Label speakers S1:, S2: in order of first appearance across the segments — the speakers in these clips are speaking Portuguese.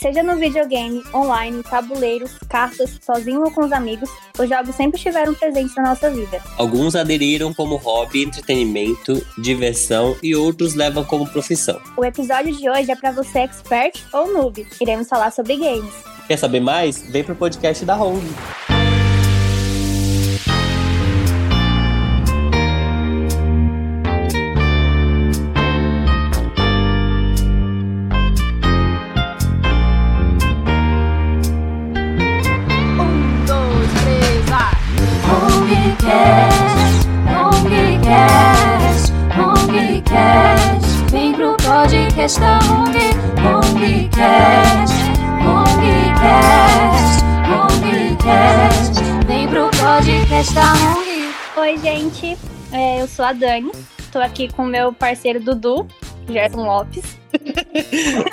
S1: Seja no videogame, online, tabuleiros, cartas, sozinho ou com os amigos, os jogos sempre estiveram presentes na nossa vida.
S2: Alguns aderiram como hobby, entretenimento, diversão e outros levam como profissão.
S1: O episódio de hoje é para você expert ou noob. Iremos falar sobre games.
S2: Quer saber mais? Vem pro podcast da Home.
S3: Um, dois, três, vai! Hongcast, Hongcast, Hongcast. Vem pro podcast da Hong, Hongcast, Hongcast, Hongcast. Vem pro podcast da Hong.
S1: Oi, gente. É, eu sou a Dani. Tô aqui com meu parceiro Dudu, Gerson Lopes.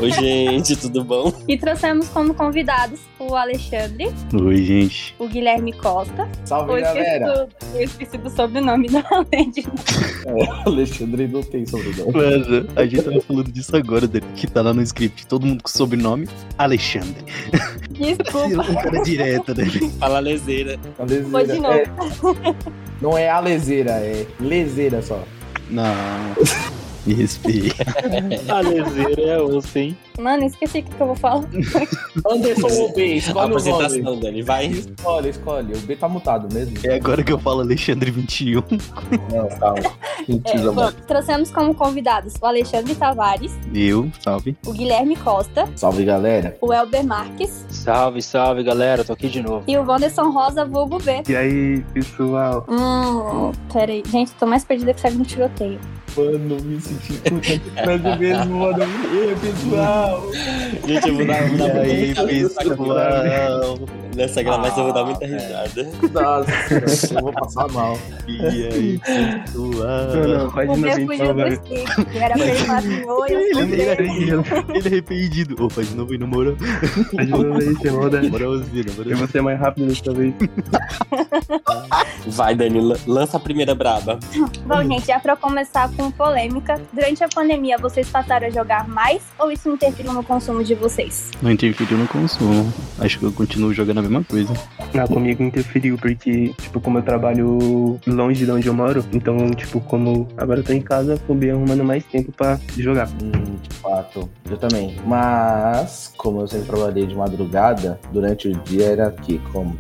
S2: Oi, gente, tudo bom?
S1: E trouxemos como convidados o Alexandre,
S4: Oi, gente.
S1: o Guilherme Costa.
S5: Salve,
S1: Eu esqueci,
S5: galera!
S1: do, eu esqueci do sobrenome da Lady.
S5: Alexandre não tem sobrenome.
S4: Mano, a gente tava falando disso agora, Dani, que tá lá no script. Todo mundo com sobrenome Alexandre.
S1: Desculpa.
S4: Um cara direto, né?
S2: Fala lezeira.
S5: Alezeira.
S1: Foi de novo.
S5: É, não é a lezeira, é lezeira só.
S4: Não. Me respeita.
S6: A lezeira é osso, hein?
S1: Mano, esqueci o que que eu vou falar.
S5: Anderson ou B,
S2: A
S5: escolhe o nome.
S2: apresentação, Dani, vai.
S5: Escolhe, escolhe. O B tá mutado mesmo.
S4: É agora que eu falo Alexandre 21.
S5: Não, calma. Mentira, mano.
S1: Trouxemos como convidados o Alexandre Tavares,
S4: Eu, salve.
S1: o Guilherme Costa,
S5: Salve, galera.
S1: o Elber Marques
S6: Salve, salve, galera. Tô aqui de novo.
S1: e o Wanderson Rosa Vulgo B.
S4: E aí, pessoal?
S1: Hum, peraí. Gente, tô mais perdida que segue no tiroteio.
S5: Mano, me senti puta mesmo, mano. Ei, pessoal.
S2: Gente, eu vou dar, vou
S4: E
S2: dar
S4: aí,
S2: muita risada.
S4: pessoal?
S2: Nessa gravação eu vou dar
S5: Ah,
S2: muita
S5: é.
S2: risada.
S5: Nossa, eu vou passar mal.
S4: E aí, pessoal?
S1: O meu fugiu do script. Era pra ele falar assim, oi, eu sou o
S4: assim, Ele,
S1: B.
S4: ele, ele é arrependido. Ô, faz de novo e não morou.
S7: Mas de novo aí, você roda.
S4: Moralzinho,
S7: Eu vou ser mais rápido dessa vez.
S2: Vai, Dani, lan- lança a primeira braba.
S1: Bom, gente, já pra começar com polêmica. Durante a pandemia, vocês passaram a jogar mais ou isso interferiu no consumo de vocês?
S4: Não interferiu no consumo. Acho que eu continuo jogando a mesma coisa.
S7: Ah, comigo interferiu, porque, tipo, como eu trabalho longe de onde eu moro, então, tipo, como agora eu tô em casa, acabei arrumando mais tempo pra jogar.
S5: Hum, de fato. Eu também. Mas, como eu sempre trabalhei de madrugada, durante o dia era aqui, como?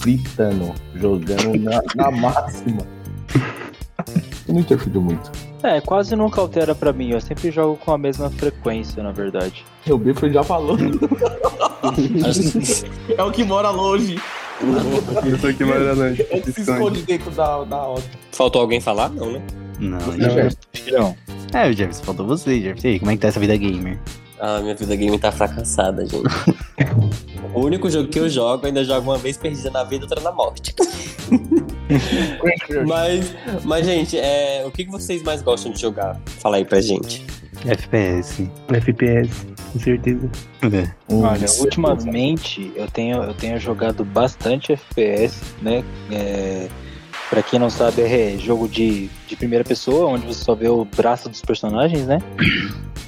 S5: Gritando, jogando na, na máxima. Eu não interfiro muito.
S6: É, quase nunca altera pra mim. Eu sempre jogo com a mesma frequência, na verdade.
S5: O Bifo já falou. É o que mora longe.
S7: Eu tô aqui mais longe.
S5: É o que se esconde dentro da, da horta.
S2: Faltou alguém falar? Não, né?
S4: Não,
S5: Não, é
S4: não. É, o Jefferson, faltou você, Jefferson. E aí, como é que tá essa vida gamer?
S2: Ah, minha vida game tá fracassada, gente. O único jogo que eu jogo, eu ainda jogo uma vez perdida na vida, outra na morte. mas, mas, gente, é, o que que vocês mais gostam de jogar? Fala aí pra gente.
S4: FPS.
S7: FPS, com certeza.
S4: É.
S6: Olha, ultimamente eu tenho, eu tenho jogado bastante FPS, né? É, pra quem não sabe, é jogo de, de primeira pessoa, onde você só vê o braço dos personagens, né?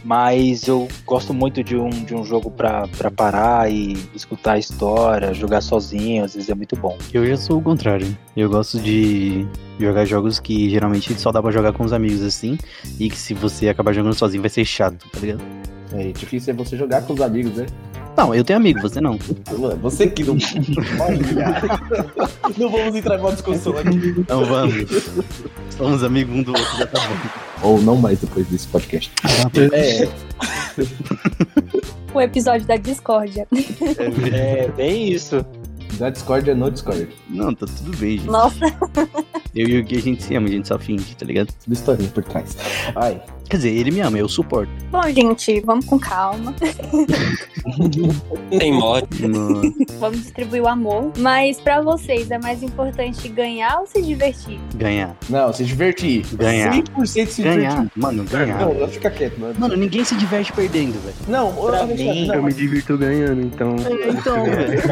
S6: Mas eu gosto muito de um, de um jogo pra, pra parar e escutar a história, jogar sozinho, às vezes é muito bom.
S4: Eu já sou o contrário. Eu gosto de jogar jogos que geralmente só dá pra jogar com os amigos assim. E que se você acabar jogando sozinho vai ser chato, tá ligado?
S5: É difícil é você jogar com os amigos, né? é
S4: Não, eu tenho amigo, você não.
S5: Você que não. Olha. não vamos entrar em uma discussão aqui.
S4: Então vamos. Somos amigos um do outro, já tá bom.
S5: Ou não mais depois desse podcast.
S4: Ah, tá,
S7: É,
S1: O episódio da discórdia.
S6: É bem isso.
S5: Da Discord é no Discord.
S4: Não, tá tudo bem, gente.
S1: Nossa,
S4: Eu e o Gui, a gente se ama, a gente só finge, tá ligado?
S5: Tudo historinha por trás. Ai,
S4: Quer dizer, ele me ama, eu suporto.
S1: bom, gente, vamos com calma.
S2: Tem morte.
S4: Mano,
S1: Vamos distribuir o amor. Mas pra vocês, é mais importante ganhar ou se divertir?
S4: ganhar.
S5: Não, se divertir.
S4: Ganhar.
S5: 100% se divertir.
S4: Ganhar. Mano, ganhar.
S5: Não, fica quieto, mano.
S4: Mano, ninguém se diverte perdendo, velho.
S5: Não, ô,
S6: Pra
S5: Alexandre,
S6: mim,
S5: não,
S7: eu me
S5: mas-
S7: divirto ganhando, então.
S4: Então,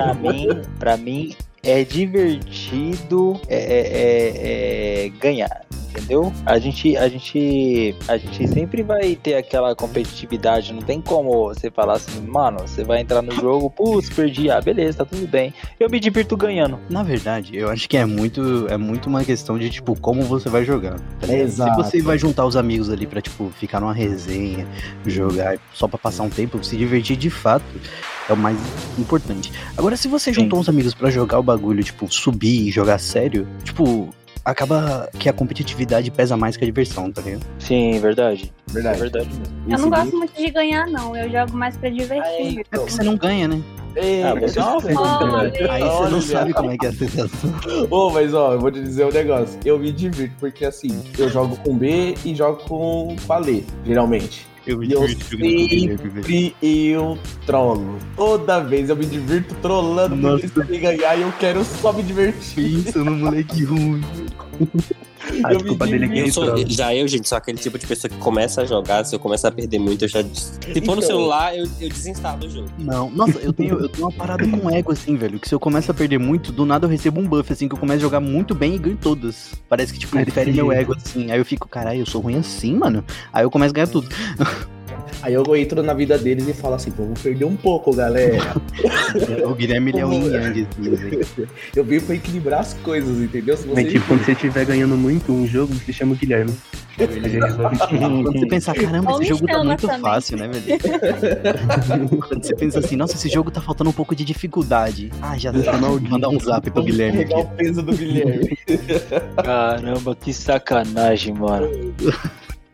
S6: pra mim, pra mim é divertido é, é- é- é ganhar. entendeu? A gente, a gente, a gente sempre vai ter aquela competitividade, não tem como você falar assim, mano, você vai entrar no jogo, putz, perdi, ah, beleza, tá tudo bem. Eu me divirto ganhando.
S4: Na verdade, eu acho que é muito, é muito uma questão de, tipo, como você vai jogar. tá ligado?
S5: Exato.
S4: Se você vai juntar os amigos ali pra, tipo, ficar numa resenha, jogar só pra passar um tempo, se divertir de fato, é o mais importante. Agora, se você
S6: Sim.
S4: juntou uns amigos pra jogar o bagulho, tipo, subir e jogar sério, tipo, acaba que a competitividade pesa mais que a diversão, tá ligado?
S6: Sim, verdade. É
S5: Verdade.
S6: verdade mesmo.
S1: Eu não
S5: Esse
S1: gosto muito de ganhar, não. Eu jogo mais pra divertir.
S4: É porque você não ganha, né?
S5: Ei,
S6: Ah, mas
S5: não,
S6: isso é
S5: velho.
S1: Olha.
S4: Aí você não
S5: Olha.
S4: sabe como é que é a sensação.
S5: Ô, mas ó, eu vou te dizer um negócio. Eu me divirto, porque assim, eu jogo com B e jogo com, com a Lê, geralmente.
S4: Eu
S5: E eu Sempre eu trolo. Toda vez eu me divirto trollando
S4: Nossa.
S5: porque eles querem ganhar e eu quero só me divertir.
S4: Pensa no moleque ruim.
S7: A
S5: Eu
S7: desculpa
S5: me
S7: dele é
S5: divirto.
S7: que ele
S2: Eu sou-
S7: trola.
S2: já eu, gente, sou aquele tipo de pessoa que começa a jogar, se eu começar a perder muito, eu já. des- Se for no
S5: Então.
S2: celular, eu, eu desinstalo o jogo.
S4: Não, nossa, eu tenho, eu tenho uma parada com ego, assim, velho. Que se eu começo a perder muito, do nada eu recebo um buff, assim, que eu começo a jogar muito bem e ganho todas. Parece que, tipo,
S7: É
S4: ele fere
S7: desse
S4: meu
S7: jeito.
S4: ego, assim. Aí eu fico, caralho, eu sou ruim assim, mano. Aí eu começo a ganhar tudo.
S5: Aí eu entro na vida deles e falo assim, vamos perder um pouco, galera.
S4: o Guilherme, ele é um yin yang, assim, velho.
S5: Eu venho pra equilibrar as coisas, entendeu? Se
S7: Mas
S5: vocês
S7: tipo, quando você estiver ganhando muito um jogo, você chama o Guilherme. Ele já resolve
S4: Quando você pensar, caramba,
S1: Ou
S4: esse
S1: me
S4: jogo tá
S1: chama
S4: muito
S1: também.
S4: fácil, né, velho? Quando você pensa assim, nossa, esse jogo tá faltando um pouco de dificuldade. Ah, já dá pra mandar um zap pro
S5: vamos
S4: Guilherme
S5: carregar
S4: aqui.
S5: o peso do Guilherme.
S6: Caramba, que sacanagem, mano.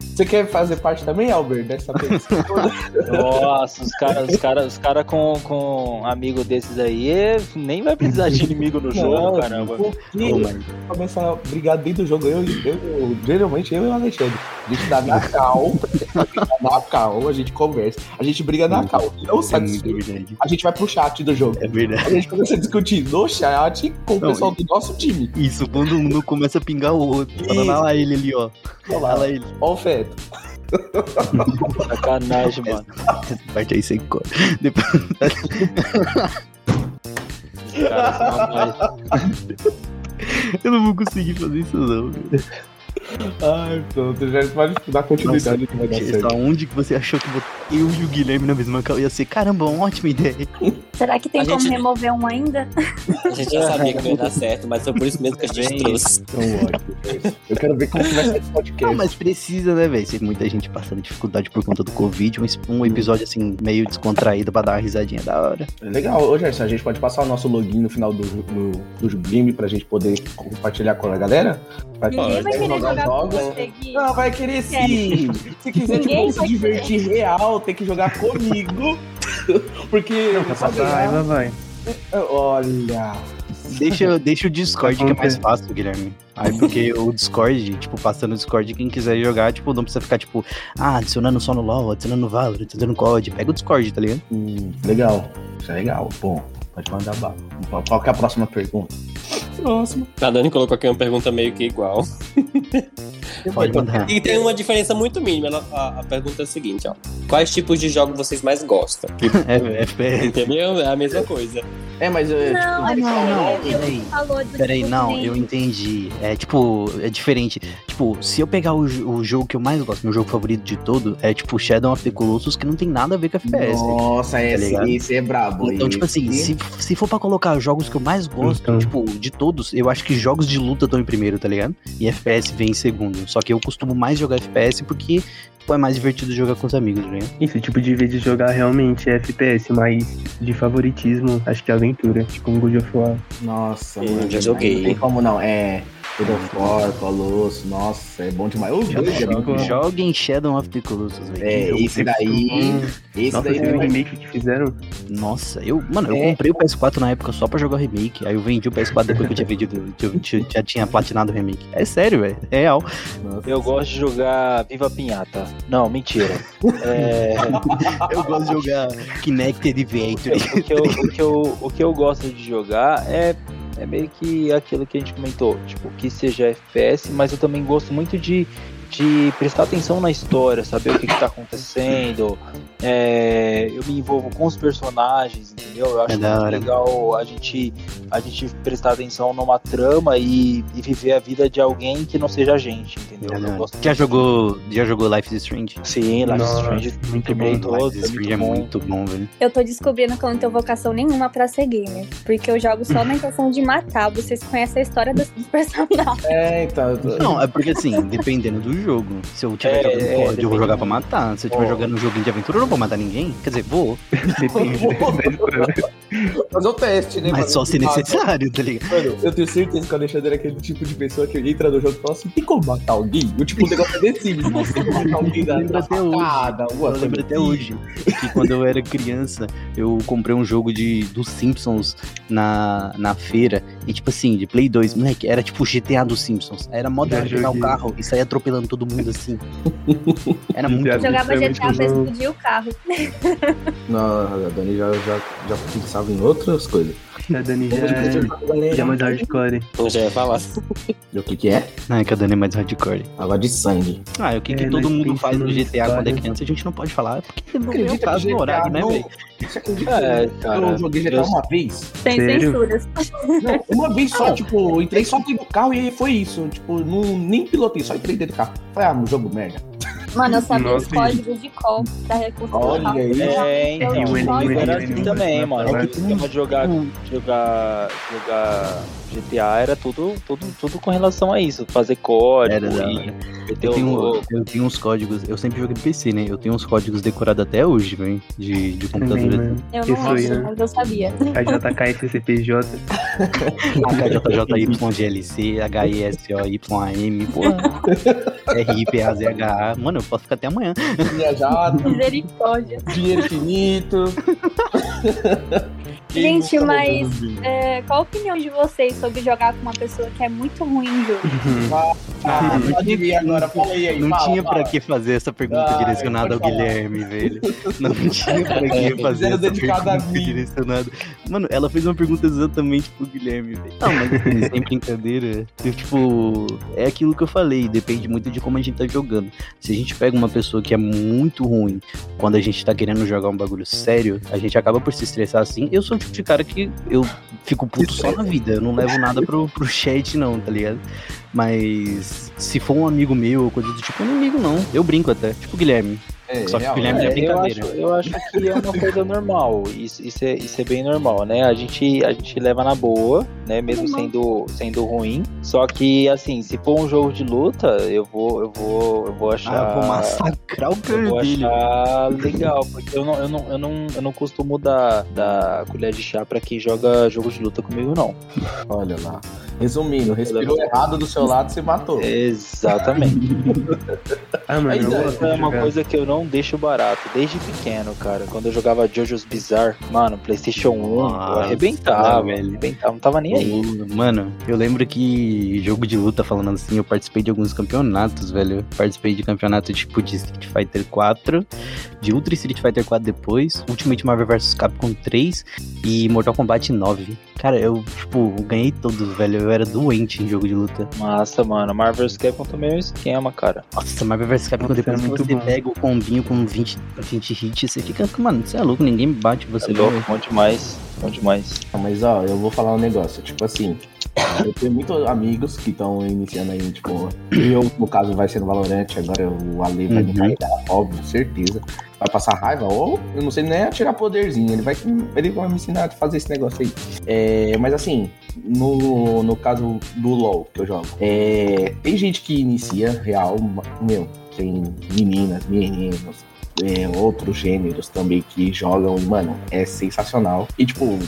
S5: Você quer fazer parte também, Albert, dessa pessoa?
S6: Nossa, os caras os cara, os cara com, com amigo desses aí é- nem vai precisar de inimigo no jogo, caramba.
S5: Por
S4: Ô,
S5: que
S4: mano,
S5: começar a brigar dentro do jogo? Eu, eu, eu- geralmente, eu e o Alexandre. A gente dá na cal, na cal, a gente conversa. A gente briga na cal, não
S4: é muito
S5: satisfeito.
S4: verdade.
S5: A gente vai pro chat do jogo.
S4: É verdade.
S5: A gente começa a discutir no chat com o
S4: Não,
S5: pessoal do nosso time.
S4: Isso, quando um não começa a pingar o outro. Fala, lá, lá ele ali, ó.
S5: Olha
S4: Lá,
S5: lá,
S4: lá ele.
S5: ó o feto.
S6: Sacanagem, mano.
S4: Essa parte aí você corta.
S6: Cara, isso não vai.
S4: Eu não vou conseguir fazer isso, não. velho.
S5: Ai, pronto, já pode dar continuidade que vai dar certo.
S4: Nossa, onde que você achou que bot- eu e o Guilherme na mesma cal ia ser? Caramba, uma ótima ideia.
S1: Será que tem
S2: A
S1: como
S2: gente-
S1: remover um ainda?
S2: A gente já sabia que não ia dar certo, mas foi por isso mesmo que a gente
S6: Bem
S2: trouxe.
S5: Então, ótimo. Eu quero ver como que vai ser esse podcast.
S4: Não, mas precisa, né, velho? Se muita gente passando dificuldade por conta do Covid, um, es- um episódio assim, meio descontraído pra dar uma risadinha da hora.
S5: Legal, ô Gerson, a gente pode passar o nosso login no final do, do, do stream pra gente poder compartilhar com a galera? Pra
S1: Ninguém vai
S5: quem
S1: querer
S5: jogar
S1: jogar com
S5: jogos.
S1: você, Gui.
S5: Não, vai querer sim. Se quiser tipo,
S1: Ninguém
S5: se
S1: vai
S5: divertir real, tem que jogar comigo. Porque.
S7: Não, pra
S5: só
S7: passar
S5: ganhar-
S7: raiva, vai.
S5: Olha.
S4: Deixa, deixa o Discord que é mais fácil, Guilherme. Aí porque o Discord, tipo, passando o Discord, quem quiser jogar, tipo, não precisa ficar, tipo, ah, adicionando só no LOL, adicionando no Valorant, adicionando no COD. Pega o Discord, tá ligado?
S5: Hum, legal. Isso é legal. Bom, pode mandar bala. Qual- Qual que é a próxima pergunta? Próxima.
S2: A Dani colocou aqui uma pergunta meio que igual.
S4: Pode mandar.
S2: E tem uma diferença muito mínima. Ela- a, a pergunta é a seguinte, ó. Quais tipos de jogos vocês mais gostam?
S4: É, FPS.
S2: Entendeu? É a mesma coisa.
S5: É, mas. é,
S1: Não, é
S5: tipo,
S4: não, não,
S1: porque
S4: peraí.
S1: ele falou do
S4: Peraí,
S1: tipo
S4: não,
S5: assim.
S1: de-
S4: eu entendi. É tipo, é diferente. Tipo, se eu pegar o, jo- o jogo que eu mais gosto, meu jogo favorito de todo, é tipo Shadow of the Colossus, que não tem nada a ver com FPS.
S5: Nossa, é,
S4: Tá ligado?
S5: esse é brabo.
S4: Então, tipo assim,
S5: esse- Hum.
S4: se, se for pra colocar jogos que eu mais gosto,
S7: Então.
S4: tipo, de todos, eu acho que jogos de luta estão em primeiro, tá ligado? E FPS vem em segundo. Só que eu costumo mais jogar FPS porque tipo, é mais divertido jogar com os amigos, né?
S7: Isso, tipo, de vez de jogar realmente é FPS, mas de favoritismo, acho que é aventura, tipo um God of War.
S5: Nossa,
S2: Eu
S5: mano.
S2: já joguei.
S5: Não tem como não. É. God of War, Colosso, nossa, é bom demais. Os dois é
S7: Tipo,
S5: muito bom.
S4: Joguem Shadow of the Colossus, velho.
S5: É,
S4: Eu
S5: esse daí. Esse
S7: Nossa,
S5: daí
S7: você viu o
S5: também.
S7: remake que fizeram?
S4: Nossa, eu, mano, eu
S5: É.
S4: comprei o PS4 na época só pra jogar o remake. Aí eu vendi o PS4 depois que eu tinha vendido, que eu tinha- já tinha platinado o remake. É sério, velho. É real.
S5: Nossa.
S6: Eu gosto de jogar Viva Pinhata. Não, mentira. É,
S4: Eu gosto de jogar Kinect Adventure.
S6: o, que É eu, o, que eu, o que eu gosto de jogar é, é meio que aquilo que a gente comentou. Tipo, que seja FPS, mas eu também gosto muito de, de prestar atenção na história, saber o que, que tá acontecendo. É, eu me envolvo com os personagens, entendeu? Eu acho
S4: É da
S6: muito
S4: hora.
S6: legal a gente, a gente prestar atenção numa trama e, e viver a vida de alguém que não seja a gente, entendeu? Eu
S4: Verdade.
S6: gosto
S4: Já jogou, já jogou Life is Strange?
S6: Sim, Life is
S7: Nossa,
S6: Strange
S7: muito
S6: bem
S7: bom.
S6: todo,
S4: Life is Strange
S6: é
S4: é
S6: muito bom.
S4: muito bom, velho.
S1: Eu tô descobrindo que eu não tenho vocação nenhuma pra ser gamer. Porque eu jogo só na intenção de matar. Vocês conhecem a história dos dos personagens.
S5: É, então. eu tô-
S4: Não, é porque assim, dependendo do jogo. Se eu tiver
S6: É,
S4: jogando
S6: é,
S4: COD, eu vou
S6: depende.
S4: jogar pra matar. Se eu tiver
S5: Ó.
S4: jogando um joguinho de aventura, eu não vou matar ninguém. Quer dizer, vou,
S7: Depende da escolha.
S5: Fazer o teste, né?
S4: mas
S5: Fazer
S4: só
S5: o
S4: se
S5: teste.
S4: necessário, tá ligado?
S5: Mano, eu tenho certeza que o Alexandre é aquele tipo de pessoa que entra no jogo e fala assim: tem como matar alguém? Eu, tipo, o negócio é decide. Tem como matar alguém da,
S4: Eu lembro
S5: da
S4: até hoje.
S5: facada, alguma
S4: Eu lembro
S5: coisa
S4: até
S5: assim?
S4: hoje que quando eu era criança, eu comprei um jogo de dos Simpsons na, na feira. E tipo assim, de Play 2, moleque, era tipo GTA dos Simpsons. Era mó da
S7: Já
S4: hora pegar o
S7: joguei.
S4: carro e sair atropelando todo mundo assim. Era muito
S7: Já
S4: bom.
S7: joguei.
S1: Jogava
S7: Sinceramente,
S1: GTA pra
S7: eu não-
S1: explodir o carro.
S5: Não, a Dani já, já, já pensava em outras coisas.
S7: A Dani já,
S5: Vamos divertir com a galera.
S7: É, já é mais hardcore.
S2: Eu já ia falar.
S5: E O que que é?
S4: Ah, é que a Dani é mais hardcore.
S5: Água de sangue.
S4: Ah, o que,
S7: É,
S4: que todo
S7: nós
S4: mundo faz no
S7: pensamos
S4: GTA quando é
S7: histórias.
S4: criança, a gente não pode falar, porque não é o caso no horário, né, velho?
S5: Você acredita
S6: É,
S5: que
S6: cara,
S5: eu joguei GTA
S6: eu-
S5: uma vez?
S1: Sem
S7: Sério?
S1: censuras.
S5: Não, uma vez só,
S4: Não.
S5: tipo, eu entrei só dentro do carro e foi isso. Tipo, não, nem pilotei, só entrei dentro do carro. Falei, ah, um jogo merda.
S1: Mano, eu sabia os
S7: Nossa,
S1: códigos de call da recurso
S5: Olha
S1: local.
S5: aí.
S6: É, então,
S4: um
S1: Eu
S7: o
S1: jogo
S7: Enigma
S1: só-
S7: Enigma,
S6: era assim também,
S7: Enigma,
S6: mano.
S4: né?
S7: é
S6: O
S7: que-
S6: sistema de jogar,
S5: Hum.
S6: jogar, jogar GTA era tudo, tudo, tudo com relação a isso. Fazer código
S4: Era da
S6: e
S7: né?
S4: hora.
S6: meter
S4: Eu
S6: o
S4: tenho, um-
S6: louco.
S4: eu tenho uns códigos, eu sempre joguei PC, né? Eu tenho uns códigos decorados até hoje, velho, de, de
S7: Também,
S4: computador.
S7: mano.
S1: Eu
S7: Isso
S1: não
S7: aí,
S1: acho,
S7: né?
S1: mas eu sabia.
S7: KJKFCPJ.
S4: HJJYGLC, HISOYAM, pô. RIPAZHA. Mano, eu posso ficar até amanhã.
S5: Viajado,
S1: Misericórdia.
S5: dinheiro infinito. Quem
S1: Gente,
S5: nunca
S1: mas
S5: rodou no jogo?
S1: é, qual a opinião de vocês sobre jogar com uma pessoa que é muito ruim em jogo?
S5: Ah, não adivinha agora, fala aí. aí,
S4: Não
S5: fala,
S4: tinha
S5: fala.
S4: pra que fazer essa pergunta
S5: Ah,
S4: direcionada ao
S5: pode falar.
S4: Guilherme, velho. Não tinha pra que fazer
S5: Fizeram
S4: essa
S5: dedicado a
S4: pergunta
S5: mim.
S4: direcionada. Mano, ela fez uma pergunta exatamente pro Guilherme, velho. Não, mas assim, sem brincadeira. eu, tipo, é aquilo que eu falei, depende muito de como a gente tá jogando. Se a gente pega uma pessoa que é muito ruim quando a gente tá querendo jogar um bagulho sério, a gente acaba por se estressar assim. Eu sou o tipo de cara que eu fico puto só na vida, eu não levo nada pro, pro chat, não, tá ligado? Mas se for um amigo meu, ou coisa do tipo, eu não ligo não. Eu brinco até. Tipo o Guilherme.
S5: É,
S4: Só que
S5: real,
S4: o Guilherme já
S5: é.
S6: É, eu, acho,
S4: brincadeira.
S6: eu acho que é uma coisa normal. Isso, isso, é, isso é bem normal, né? A gente, a gente leva na boa, né? Mesmo sendo, sendo ruim. Só que, assim, se for um jogo de luta, eu vou, eu vou, eu vou achar.
S4: Ah, eu vou massacrar o
S6: Eu vou
S4: crânio dele.
S6: achar legal, porque eu não, eu não, eu não, eu não costumo dar, dar colher de chá pra quem joga jogo de luta comigo, não.
S5: Olha lá. Resumindo, respirou errado do seu lado, você matou.
S6: Exatamente.
S7: Ah, mano,
S5: Aí,
S7: eu
S5: Dani,
S7: gosto
S6: Essa é
S7: de
S6: uma
S7: jogar.
S6: coisa que eu não deixo barato, desde pequeno, cara. Quando eu jogava Jojo's Bizarre, mano, Playstation 1, eu
S4: Nossa,
S6: arrebentava,
S4: velho.
S6: arrebentava, não tava nem aí.
S4: Mano, eu lembro que jogo de luta, falando assim, eu participei de alguns campeonatos, velho. Eu participei de campeonato tipo de Street Fighter 4, de Ultra Street Fighter 4 depois, Ultimate Marvel vs Capcom 3 e Mortal Kombat 9. Cara, eu, tipo, ganhei todos, velho. Eu era doente em jogo de luta.
S6: Massa, mano. Marvel's Capcom também é um esquema, cara.
S4: Nossa, Marvel vs Capcom,
S7: Nossa,
S4: depois
S7: é
S4: que
S7: muito
S4: você
S7: bom.
S4: pega o combinho com 20, 20 hits, você fica, mano, você é louco, ninguém bate
S6: É
S4: você,
S6: louco,
S4: velho.
S6: bom demais, bom demais.
S5: Não, Ah, Mas ó, eu vou falar um negócio, tipo assim, eu tenho muitos amigos que estão iniciando aí, tipo, eu, no caso, vai ser no Valorante, agora o Ale vai me
S4: Uhum.
S5: carregar, óbvio, certeza. Vai passar raiva, ou eu não sei nem atirar poderzinho, ele vai, ele vai me ensinar a fazer esse negócio aí. É, mas assim, no, no caso do LoL que eu jogo, é, tem gente que inicia real, meu, tem meninas, meninos, é, outros gêneros também que jogam, mano, é sensacional. E tipo,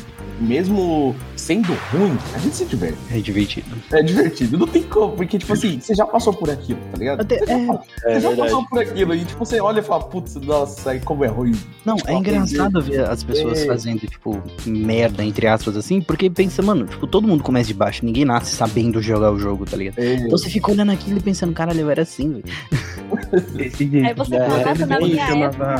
S5: mesmo sendo ruim, a gente se diverte.
S4: É divertido.
S5: É divertido, não tem como, porque tipo assim, você já passou por aquilo, tá ligado?
S4: Até-
S5: você já,
S4: é.
S5: passou-
S6: É
S5: você já
S6: verdade.
S5: passou por aquilo e tipo, você olha e fala, putz, nossa, aí como é ruim.
S4: Não,
S5: Tipo,
S4: é engraçado ver as pessoas
S5: É.
S4: fazendo, tipo, merda, entre aspas, assim, porque pensa, mano, tipo, todo mundo começa de baixo, ninguém nasce sabendo jogar o jogo, tá ligado?
S5: É,
S4: Então você fica olhando aquilo e pensando, caralho, eu era assim, velho.
S7: Desse jeito.
S1: Aí você
S7: É,
S1: fala, nossa, na
S7: todo mundo
S1: minha
S7: chamava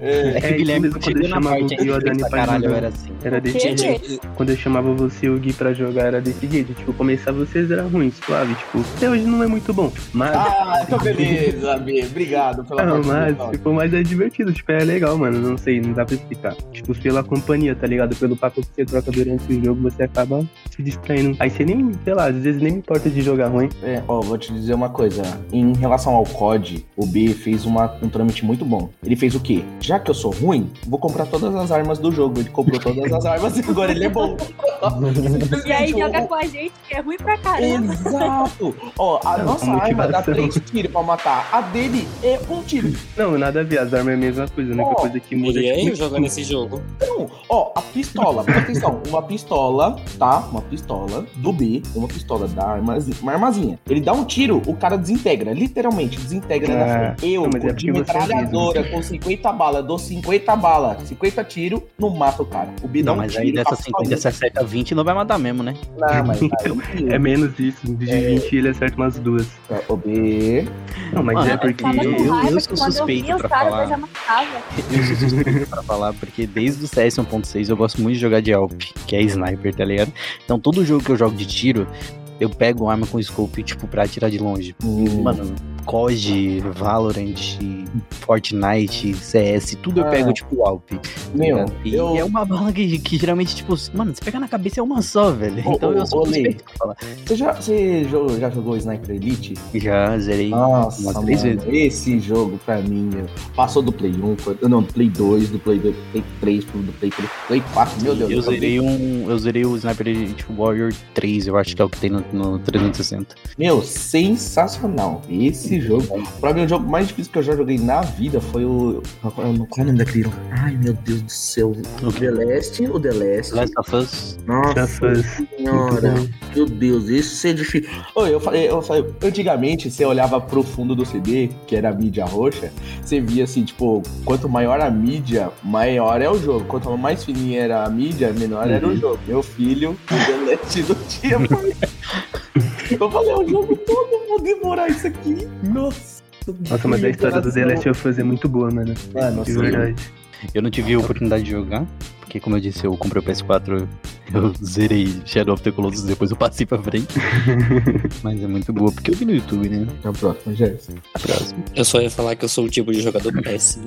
S4: É que o
S7: isso
S4: Guilherme
S7: mesmo, quando
S4: chegou
S7: eu
S4: na
S7: chamava
S4: parte
S7: o Gui,
S4: aí
S7: o
S4: de
S7: Adani
S4: pensar,
S7: faz
S4: caralho, eu
S7: jogo.
S4: era assim.
S7: Era
S1: Que
S7: desse
S1: que é
S7: jeito.
S1: isso?
S7: Quando eu chamava você e o Gui pra jogar, era desse jeito. Tipo, começava vocês era ruim, suave. Tipo, até hoje não é muito bom. Mas.
S5: Ah, então beleza, Abi. Obrigado pela né?
S7: Não, mas,
S5: participação.
S7: tipo, mas é divertido, tipo, é legal, mano. Não sei, não dá pra explicar. Tipo, pela companhia, tá ligado? Pelo papo que você troca durante o jogo, você acaba se distraindo. Aí você nem, sei lá, às vezes nem importa de jogar ruim.
S5: É, ó, vou te dizer uma coisa. Em relação ao COD, o B fez uma- um trâmite muito bom. Ele fez o quê? Já que eu sou ruim, vou comprar todas as armas do jogo. Ele comprou todas as armas e agora ele é bom.
S1: E aí
S5: Simplesmente, um
S1: joga
S5: o-
S1: com a gente, que é ruim pra caramba.
S5: Exato! Ó, a
S7: É,
S5: nossa
S7: a
S5: arma dá
S7: motivação.
S5: três tiros pra matar. A dele é um tiro.
S7: Não, nada a ver, as armas é a mesma coisa. A única
S5: Ó,
S7: coisa que muda
S2: E
S7: é
S2: aí,
S7: tipo,
S2: jogando esse jogo.
S5: Então, ó, a pistola, presta atenção, uma pistola, tá? Uma pistola do B, uma pistola da armazinha, uma armazinha. Ele dá um tiro, o cara desintegra, literalmente, desintegra na
S7: Ah,
S5: frente. Eu,
S7: não, mas é
S5: de
S7: porque você
S5: metralhadora, com 50 balas, dou 50 balas, 50 tiros, não mata o cara. O B dá
S4: Não,
S5: um
S4: mas
S5: tiro.
S4: aí
S5: a
S4: dessas
S5: pistola-
S4: 50, você acerta 20 não vai matar mesmo, né?
S5: Não, mas aí, né?
S7: é menos isso. De 20 ele acerta umas duas.
S5: o B...
S7: Não, mas
S4: Mano,
S7: é porque.
S1: Tava
S4: Eu-
S1: com
S4: eu-
S1: raiva
S4: eu
S1: que
S4: sou
S1: quando eu vi
S4: suspeito
S1: os
S4: pra
S1: caras,
S4: falar.
S1: eu já matava.
S4: Eu sou suspeito pra falar, porque desde o CS 1.6 eu gosto muito de jogar de Alp, que é sniper, tá ligado? Então todo jogo que eu jogo de tiro, eu pego uma arma com scope, tipo, pra atirar de longe.
S5: Hum.
S4: Mano, COD, Valorant, Fortnite, CS, tudo eu
S5: Ah.
S4: pego, tipo, Alp. tá
S5: Meu,
S4: ligado? e
S5: eu-
S4: é uma bala que, que geralmente, tipo, mano, se pegar na cabeça é uma só, velho.
S5: Ô,
S4: Então
S5: ô,
S4: eu
S5: ô,
S4: sou
S5: Lê.
S4: suspeito pra falar.
S5: Você já, você jo- já jogou Sniper Elite?
S4: Já zerei.
S5: Nossa,
S4: Umas
S5: mano,
S4: três vezes.
S5: esse jogo pra mim, meu, passou do Play 1, foi- não, do Play 2, do Play 2, do Play 3, pro- do Play 3, Play 4, meu Deus.
S4: eu
S5: joguei-
S4: zerei um. Eu zerei o Sniper Elite Warrior 3, eu acho que é o que tem no, no 360.
S5: Meu, sensacional. Esse jogo, pra mim, o jogo mais difícil que eu já joguei na vida foi o... Qual é o qual é o nome daquele jogo? Ai, meu Deus do céu. O The Last, o The Last.
S4: Last of Us.
S7: Já foi.
S5: Senhora, meu Deus, isso é difícil. Oi, eu falei, eu falei, antigamente você olhava pro fundo do CD, que era a mídia roxa, você via assim, tipo, quanto maior a mídia, maior é o jogo. Quanto mais fininha era a mídia, menor era
S7: Uhum.
S5: o jogo. Meu filho, o delete do dia. mano. eu falei, o jogo todo, vou demorar isso aqui. Nossa.
S7: Nossa, mas a história do The Last of Us é muito boa, mano.
S5: Mano,
S7: De
S5: sim.
S7: verdade.
S4: Eu não tive a oportunidade de jogar, porque como eu disse, eu comprei o PS4, eu zerei Shadow of the Colossus, depois eu passei pra frente. Mas é muito boa, porque eu vi no YouTube, né?
S5: Então, próximo, Gerson.
S4: Próximo.
S2: Eu só ia falar que eu sou o tipo de jogador péssimo.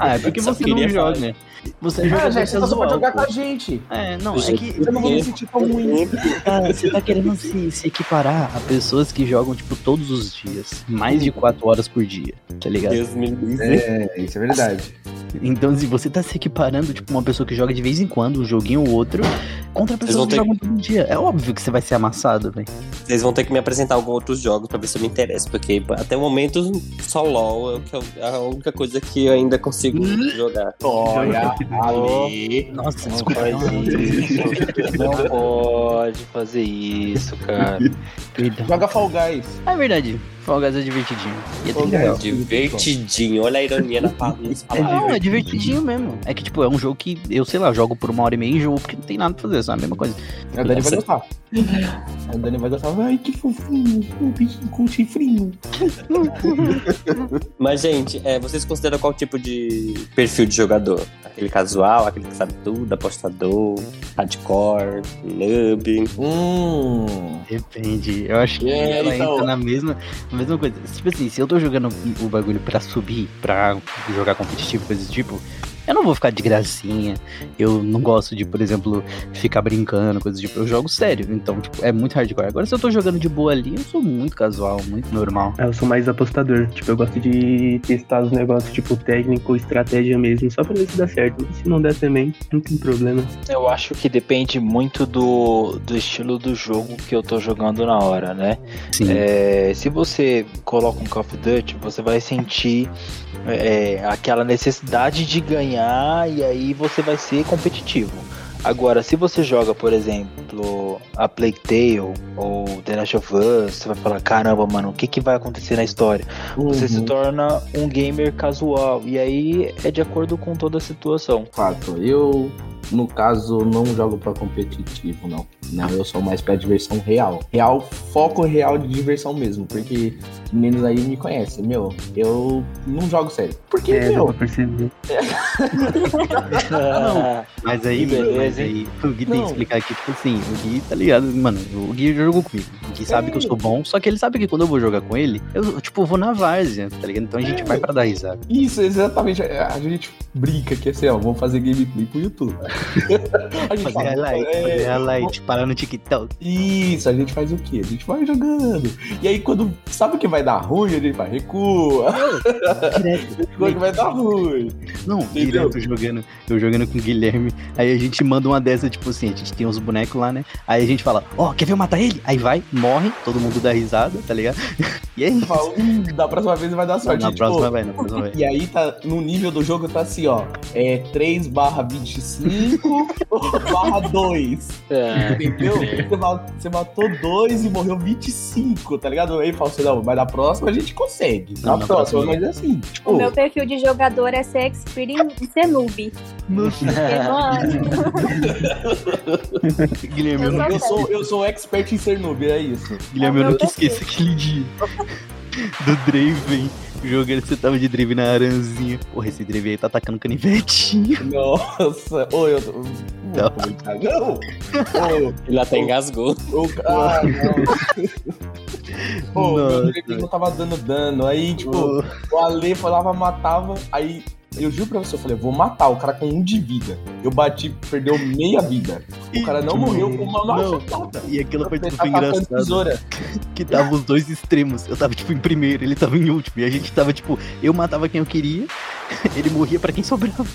S4: Ah, é porque
S2: Só
S4: você não
S2: queria
S4: joga,
S2: falar.
S4: né? Você joga só
S5: Ah, Gerson, você pode
S4: casual,
S5: jogar
S4: pô.
S5: com a gente.
S4: É, não,
S2: Eu
S4: é
S2: já-
S4: que
S5: Eu não vou me sentir tão ruim.
S4: ah, você tá querendo se, se equiparar a pessoas que jogam, tipo, todos os dias. Mais de 4 horas por dia, tá ligado?
S2: Deus me livre.
S5: É, isso é verdade.
S4: Então, se você tá se equiparando, tipo, uma pessoa que joga de vez em quando, um joguinho ou outro, contra pessoas
S2: vão
S4: que
S2: ter-
S4: jogam todo dia. É óbvio que você vai ser amassado, velho.
S2: Vocês vão ter que me apresentar alguns outros jogos pra ver se eu me interesso, porque até o momento só LOL é o que eu- é a única coisa que eu ainda consigo jogar.
S5: Olha, ali.
S4: Nossa,
S6: Não
S4: desculpa.
S6: faz isso. Não pode fazer isso, cara.
S4: Perdão.
S5: Joga Fall Guys.
S4: Ah, É verdade. Fall Guys é divertidinho. E é
S5: Fall
S4: legal.
S5: Guys.
S2: Divertidinho, olha a ironia na palavra.
S4: Não, é divertidinho mesmo. É que, tipo, é um jogo que eu, sei lá, jogo por uma hora e meia e jogo porque não tem nada pra fazer, só é a mesma coisa.
S5: A Dani vai
S2: Nossa.
S5: gostar. A Dani vai gostar. Ai, que fofinho. Um bichinho com chifrinho.
S2: Mas, gente, é, vocês consideram qual tipo de perfil de jogador? Aquele casual, aquele que sabe tudo, apostador, hardcore, noob.
S5: Hum.
S4: Depende. Eu acho que
S5: É,
S4: ela
S5: então-
S4: entra na mesma, na mesma coisa. Tipo assim, se eu tô jogando o bagulho pra subir, pra jogar competitivo, coisas do tipo, eu não vou ficar de gracinha. Eu não gosto de, por exemplo, ficar brincando, coisas do tipo. Eu jogo sério, então, tipo, é muito hardcore. Agora, se eu tô jogando de boa ali, eu sou muito casual, muito normal.
S7: Ah, eu sou mais apostador. Tipo, eu gosto de testar os negócios, tipo, técnico, estratégia mesmo, só pra ver se dá certo. E se não der também, não tem problema.
S6: Eu acho que depende muito do, do estilo do jogo que eu tô jogando na hora, né?
S4: Sim.
S6: É, se você coloca um Call of Duty, você vai sentir é, aquela necessidade de ganhar e aí você vai ser competitivo. Agora, se você joga, por exemplo, a Plague Tale ou The Last of Us, você vai falar, caramba, mano, o que, que vai acontecer na história? Você
S5: Uhum.
S6: se torna um gamer casual, e aí é de acordo com toda a situação.
S5: Fato. Eu no caso, não jogo pra competitivo, não. Não, eu sou mais pra diversão real. Real, foco real de diversão mesmo. Porque os meninos aí me conhecem, meu. Eu não jogo sério. Porque,
S7: É, dá
S5: meu,
S7: pra perceber.
S6: Ah,
S4: Mas aí,
S6: Que
S4: mano, mas
S6: beleza,
S4: aí o Gui tem
S5: Não.
S4: que explicar que, tipo assim, o Gui, tá ligado? Mano, o Gui jogou comigo. O Gui sabe que eu sou bom, só que ele sabe que quando eu vou jogar com ele, eu, tipo, vou na várzea, tá ligado? Então a
S6: É.
S4: gente vai pra dar risada.
S5: Isso, exatamente. A a gente brinca que assim, ó, vamos fazer gameplay pro YouTube. a gente
S4: Fazer highlight,
S5: é,
S4: fazer highlight, parar no TikTok.
S5: Isso, a gente faz o quê? A gente vai jogando. E aí, quando sabe que vai dar ruim, a gente vai recua. Quando que vai dar ruim.
S4: Não,
S5: Entendeu?
S4: direto jogando, eu jogando com o Guilherme. Aí a gente manda uma dessa, tipo assim, a gente tem uns bonecos lá, né? Aí a gente fala, ó, quer ver eu matar ele? Aí vai, morre, todo mundo dá risada, tá ligado? E é isso.
S5: Fala, "Hum, da próxima vez vai dar sorte.
S4: Na
S5: Tipo,
S4: próxima vai, na próxima vai.
S5: E aí, tá, no nível do jogo, tá assim, ó. É 3 barra 25 barra 2.
S6: é.
S5: Entendeu? Você ma- Você matou dois e morreu 25, tá ligado? Aí fala assim, não, mas na próxima a gente consegue. Na,
S4: Não, na
S5: próxima,
S4: próxima.
S5: mas é assim,
S1: O
S5: tipo,
S1: meu perfil de jogador é ser experiente e ser noob. Porque, mano,
S4: Guilherme, eu,
S1: eu
S4: não-
S1: sou-
S5: eu sou, eu sou um expert em ser noob, é isso.
S4: Guilherme,
S1: é
S4: eu
S1: o meu
S4: nunca
S1: perfil.
S4: esqueço aquele dia do Draven. Jogando, você tava de Draven na aranzinha. Porra, esse Draven aí tá atacando canivetinho.
S5: Nossa, ô, eu tô.
S4: Não.
S5: Não, não. ah, Ô,
S2: Ele até tá engasgou.
S5: o cara. Ô,
S4: Nossa.
S5: meu direito não tava dando dano. Aí, tipo, o Ale falava, matava. Aí eu juro pra você, eu falei, vou matar o cara com um de vida. Eu bati, perdeu meia vida. O cara não morreu com uma
S4: tipo, Não.
S5: machadada.
S4: E aquilo foi
S5: Ele
S4: tipo
S5: tá
S4: foi
S5: atacando
S4: engraçado.
S5: tesoura.
S4: que dava os dois extremos. Eu tava, tipo, em primeiro, ele tava em último. E a gente tava, tipo, eu matava quem eu queria, ele morria pra quem sobrava.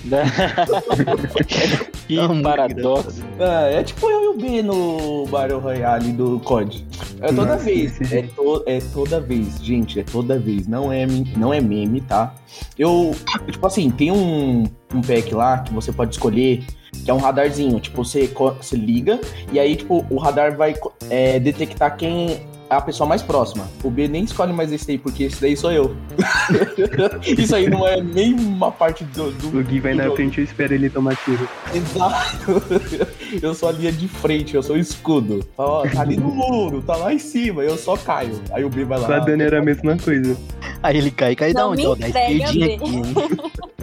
S6: que
S4: Tá muito
S6: paradoxo.
S5: É, é tipo eu e o B no Battle Royale do COD. É toda
S7: Nossa,
S5: vez.
S7: esse
S5: É, to- é toda vez, gente. É toda vez. Não é, min- não é meme, tá? Eu. Tipo assim, tem um, um pack lá que você pode escolher. Que é um radarzinho. Tipo, você, co- você liga e aí, tipo, o radar vai co- é, detectar quem. é A pessoa mais próxima. O B nem escolhe mais esse daí, porque esse daí sou eu. Isso aí não é nem uma parte do, do
S7: O Gui vai na
S5: Então-
S7: frente e eu espero ele tomar tiro.
S5: Exato. Eu sou a linha de frente, eu sou o escudo. Tá, ó, tá ali no muro, tá lá em cima, eu só caio. Aí o B vai lá.
S7: Com a Dani era a mesma coisa.
S4: Aí ele cai, cai da
S1: Não
S4: onde?
S1: me
S4: Ó, da
S1: entrega,
S4: esquerdinha
S1: Bê.
S4: aqui, hein?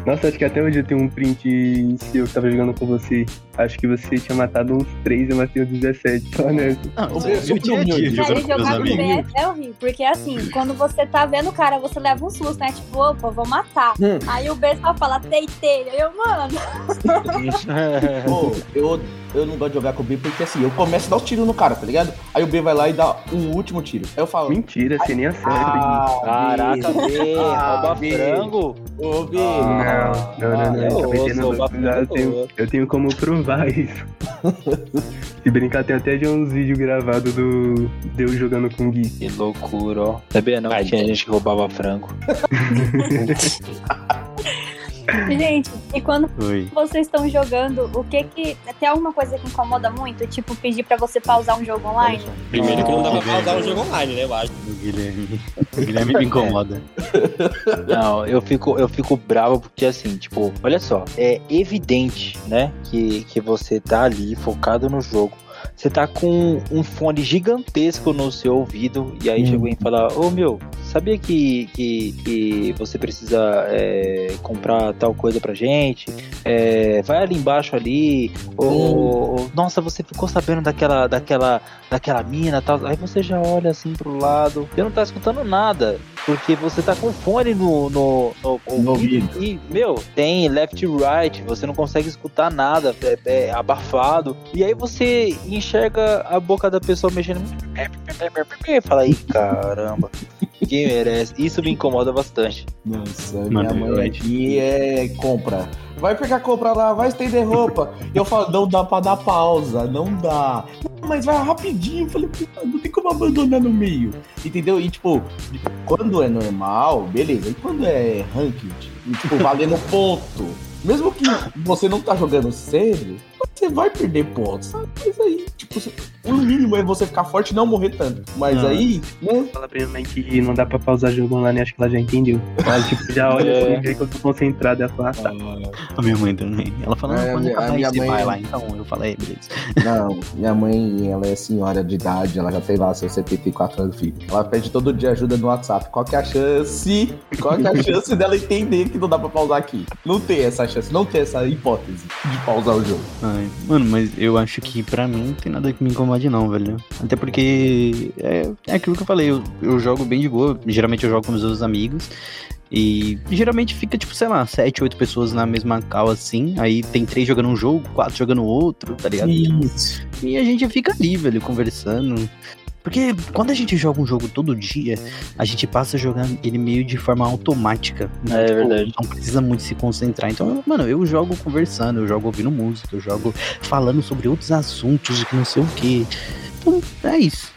S7: Nossa, acho que até hoje eu tenho um print seu que eu tava jogando com você. Acho que você tinha matado uns 3 eu matei uns 17. Só nessa.
S4: Não,
S5: Você
S4: eu né?
S5: é super
S4: dia a dia
S5: humilde.
S1: pra
S4: jogando
S1: ele
S4: com meus
S1: jogar com
S4: amigos.
S1: BF é horrível. Porque assim, quando você tá vendo o cara, você leva um susto, né? Tipo, opa, vou matar.
S5: Hum.
S1: Aí o B só fala, teitei. Aí eu, mano,
S5: Pô, eu, eu não gosto de jogar com o B porque assim, eu começo a dar os tiros no cara, tá ligado? Aí o B vai lá e dá o último tiro. Aí eu falo.
S7: Mentira, você nem acerta.
S5: Ah,
S6: Caraca, B,
S5: Ah,
S6: rouba
S5: B.
S6: frango.
S5: Gui, Ô, B.
S6: Ah,
S7: Gui. Não, não, não,
S6: eu
S7: não. tá
S6: sou
S7: metendo louco.
S6: bafo,
S7: eu, tenho, eu tenho como provar isso. Se brincar, tem até já uns vídeos gravados do de eu jogando com o Gui.
S6: Que loucura, ó. Sabia não
S2: Ai,
S6: que tinha gente que roubava frango.
S1: gente, e quando
S4: Oi.
S1: vocês estão jogando, o que que. Tem alguma coisa que incomoda muito? Tipo, pedir pra você pausar um jogo online?
S2: Primeiro que não dá pra pausar o jogo online, né? Eu acho.
S4: O Guilherme. O Guilherme me incomoda.
S6: Não, eu fico, eu fico bravo porque assim, tipo, olha só, é evidente, né, que, que você tá ali focado no jogo. Você tá com um fone gigantesco no seu ouvido e aí chegou em falar, ô meu, sabia que, que, que você precisa é, comprar tal coisa pra gente? É, vai ali embaixo ali, ou, ou- nossa, você ficou sabendo daquela, daquela, daquela mina tal. Aí você já olha assim pro lado, você não tá escutando nada. Porque você tá com fone no, no, no,
S5: No
S6: ouvido. E, meu, tem left e right, você não consegue escutar nada, é, é abafado. E aí você enxerga a boca da pessoa mexendo muito. E fala, aí, caramba, quem merece? Isso me incomoda bastante.
S5: Nossa,
S4: Mano,
S5: minha
S4: eu
S5: mãe
S4: acho
S5: aqui é compra. Vai pegar compra lá, vai estender roupa. E eu falo, não dá pra dar pausa, não dá. Não, Mas vai rapidinho. Eu falei, "Puta, não tem como abandonar no meio. Entendeu? E tipo, quando é normal, beleza. E quando é ranked, e, tipo, valendo ponto. Mesmo que você não tá jogando sério, você vai perder pontos. sabe? Mas aí, Tipo, você- o mínimo é você ficar forte e não morrer tanto. Mas
S7: Ah.
S5: aí, né?
S7: Fala pra minha mãe que não dá pra pausar jogo online, acho que ela já entendeu. Ela, tipo, já olha
S6: É.
S7: pra mim, vê que eu tô concentrado, ela fala, ah, tá.
S4: A minha mãe também. Ela fala,
S5: É,
S4: não, quando
S5: a
S4: acabar
S5: minha
S4: isso, você
S5: mãe-
S4: vai lá. Então, eu falei, beleza.
S5: Não, minha mãe, ela é senhora de idade, ela já tem lá seus 74 anos, filho. Ela pede todo dia ajuda no WhatsApp. Qual que é a chance? Qual que é a chance dela entender que não dá pra pausar aqui? Não tem essa chance, não tem essa hipótese de pausar o jogo.
S4: Ai, mano, mas eu acho que pra mim não tem nada que me incomode, não, velho. Até porque é, é aquilo que eu falei, eu, eu jogo bem de boa. Geralmente eu jogo com os meus amigos. E geralmente fica, tipo, sei lá, sete, oito pessoas na mesma cal assim. Aí tem três jogando um jogo, quatro jogando outro, tá ligado?
S5: Isso.
S4: E a gente fica ali, velho, conversando. Porque quando a gente joga um jogo todo dia, a gente passa a jogar ele meio de forma automática. né? Tipo,
S6: É, é verdade.
S4: Não precisa muito se concentrar. Então, mano, eu jogo conversando, eu jogo ouvindo música, eu jogo falando sobre outros assuntos e que não sei o quê. Então, é isso.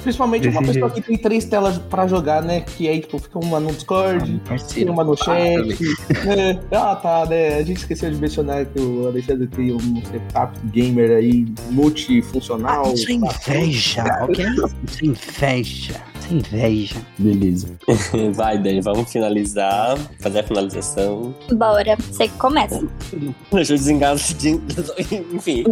S5: Principalmente uma
S7: Desse
S5: pessoa que tem três telas pra jogar, né? Que aí, tipo, fica uma no Discord, tem
S4: Parceiro.
S5: uma no chat.
S4: velho.
S5: né? Ah, tá, né? A gente esqueceu de mencionar que o Alexandre tem um setup gamer aí multifuncional.
S4: Ah, isso é inveja, ok? Isso é inveja. Isso é inveja.
S5: Beleza.
S2: Vai, Dani, vamos finalizar, fazer a finalização.
S1: Bora, você que começa.
S2: Deixa eu desengasgar. Enfim.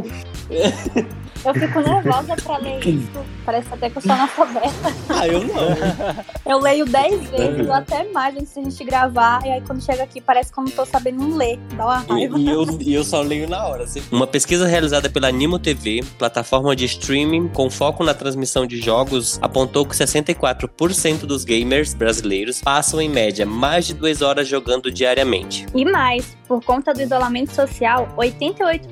S1: Eu fico nervosa pra ler isso. Parece até que eu sou analfabeta.
S2: Ah, eu não.
S1: Eu leio 10 vezes ou até mais antes da gente gravar. E aí quando chega aqui, parece que eu não tô sabendo ler. Dá uma raiva.
S2: E, e eu, e eu só leio na hora. assim. Uma pesquisa realizada pela Animo TV, plataforma de streaming com foco na transmissão de jogos, apontou que 64% dos gamers brasileiros passam em média mais de duas horas jogando diariamente.
S1: E mais, por conta do isolamento social, 88%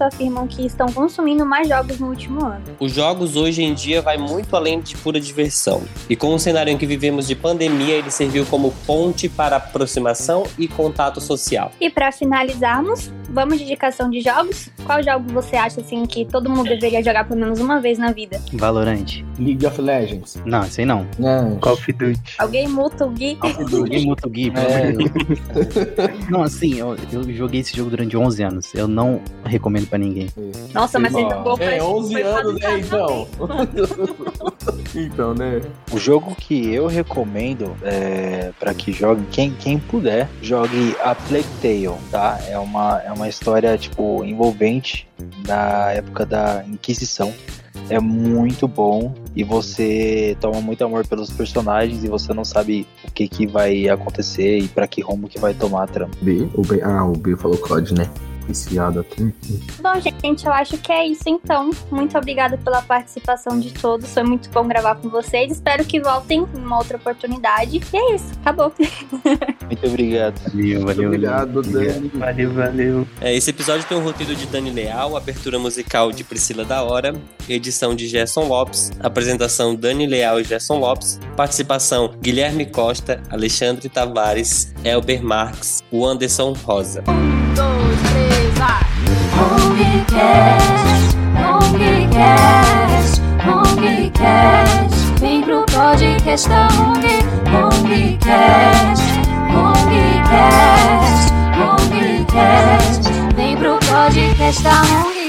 S1: afirmam que estão consumindo mais jogos no último ano.
S2: Os jogos hoje em dia vai muito além de pura diversão. E com o cenário em que vivemos de pandemia, ele serviu como ponte para aproximação e contato social.
S1: E pra finalizarmos, vamos de indicação de jogos? Qual jogo você acha assim que todo mundo deveria jogar pelo menos uma vez na vida?
S4: Valorante.
S5: League of Legends.
S4: Não, isso aí não.
S5: Não.
S7: Call of Duty.
S1: Alguém muta o Gui?
S2: Ah,
S4: Joguei Moto Gui, pelo amor de Deus. Não, assim, eu, eu joguei esse jogo durante 11 anos. Eu não recomendo pra ninguém.
S1: Nossa, mas você
S6: Ó,
S1: jogou pra
S5: É, 11
S1: foi
S5: anos,
S1: fabricado
S5: né, então? então, né?
S6: O jogo que eu recomendo é, para que jogue, quem, quem puder, jogue a Plague Tale, tá? É uma, é uma história, tipo, envolvente da época da Inquisição. É muito bom e você toma muito amor pelos personagens e você não sabe o que, que vai acontecer e pra que rumo que vai tomar a trama.
S5: B, o B, ah, o B falou COD, né? Viciado aqui.
S1: Bom, gente, eu acho que é isso então. Muito obrigada pela participação de todos. Foi muito bom gravar com vocês. Espero que voltem em uma outra oportunidade. E é isso, acabou.
S6: Muito obrigado.
S4: Valeu,
S5: Muito obrigado, Dani.
S7: Valeu, valeu.
S2: É, esse episódio tem o roteiro de Dani Leal, abertura musical de Priscila da Hora, edição de Gerson Lopes, apresentação Dani Leal e Gerson Lopes, participação Guilherme Costa, Alexandre Tavares, Elber Marques, o Anderson Rosa.
S3: Comecast, Comecast, Comecast, vem pro podcast da ONG. Comecast, Comecast, Comecast, vem pro podcast da ONG.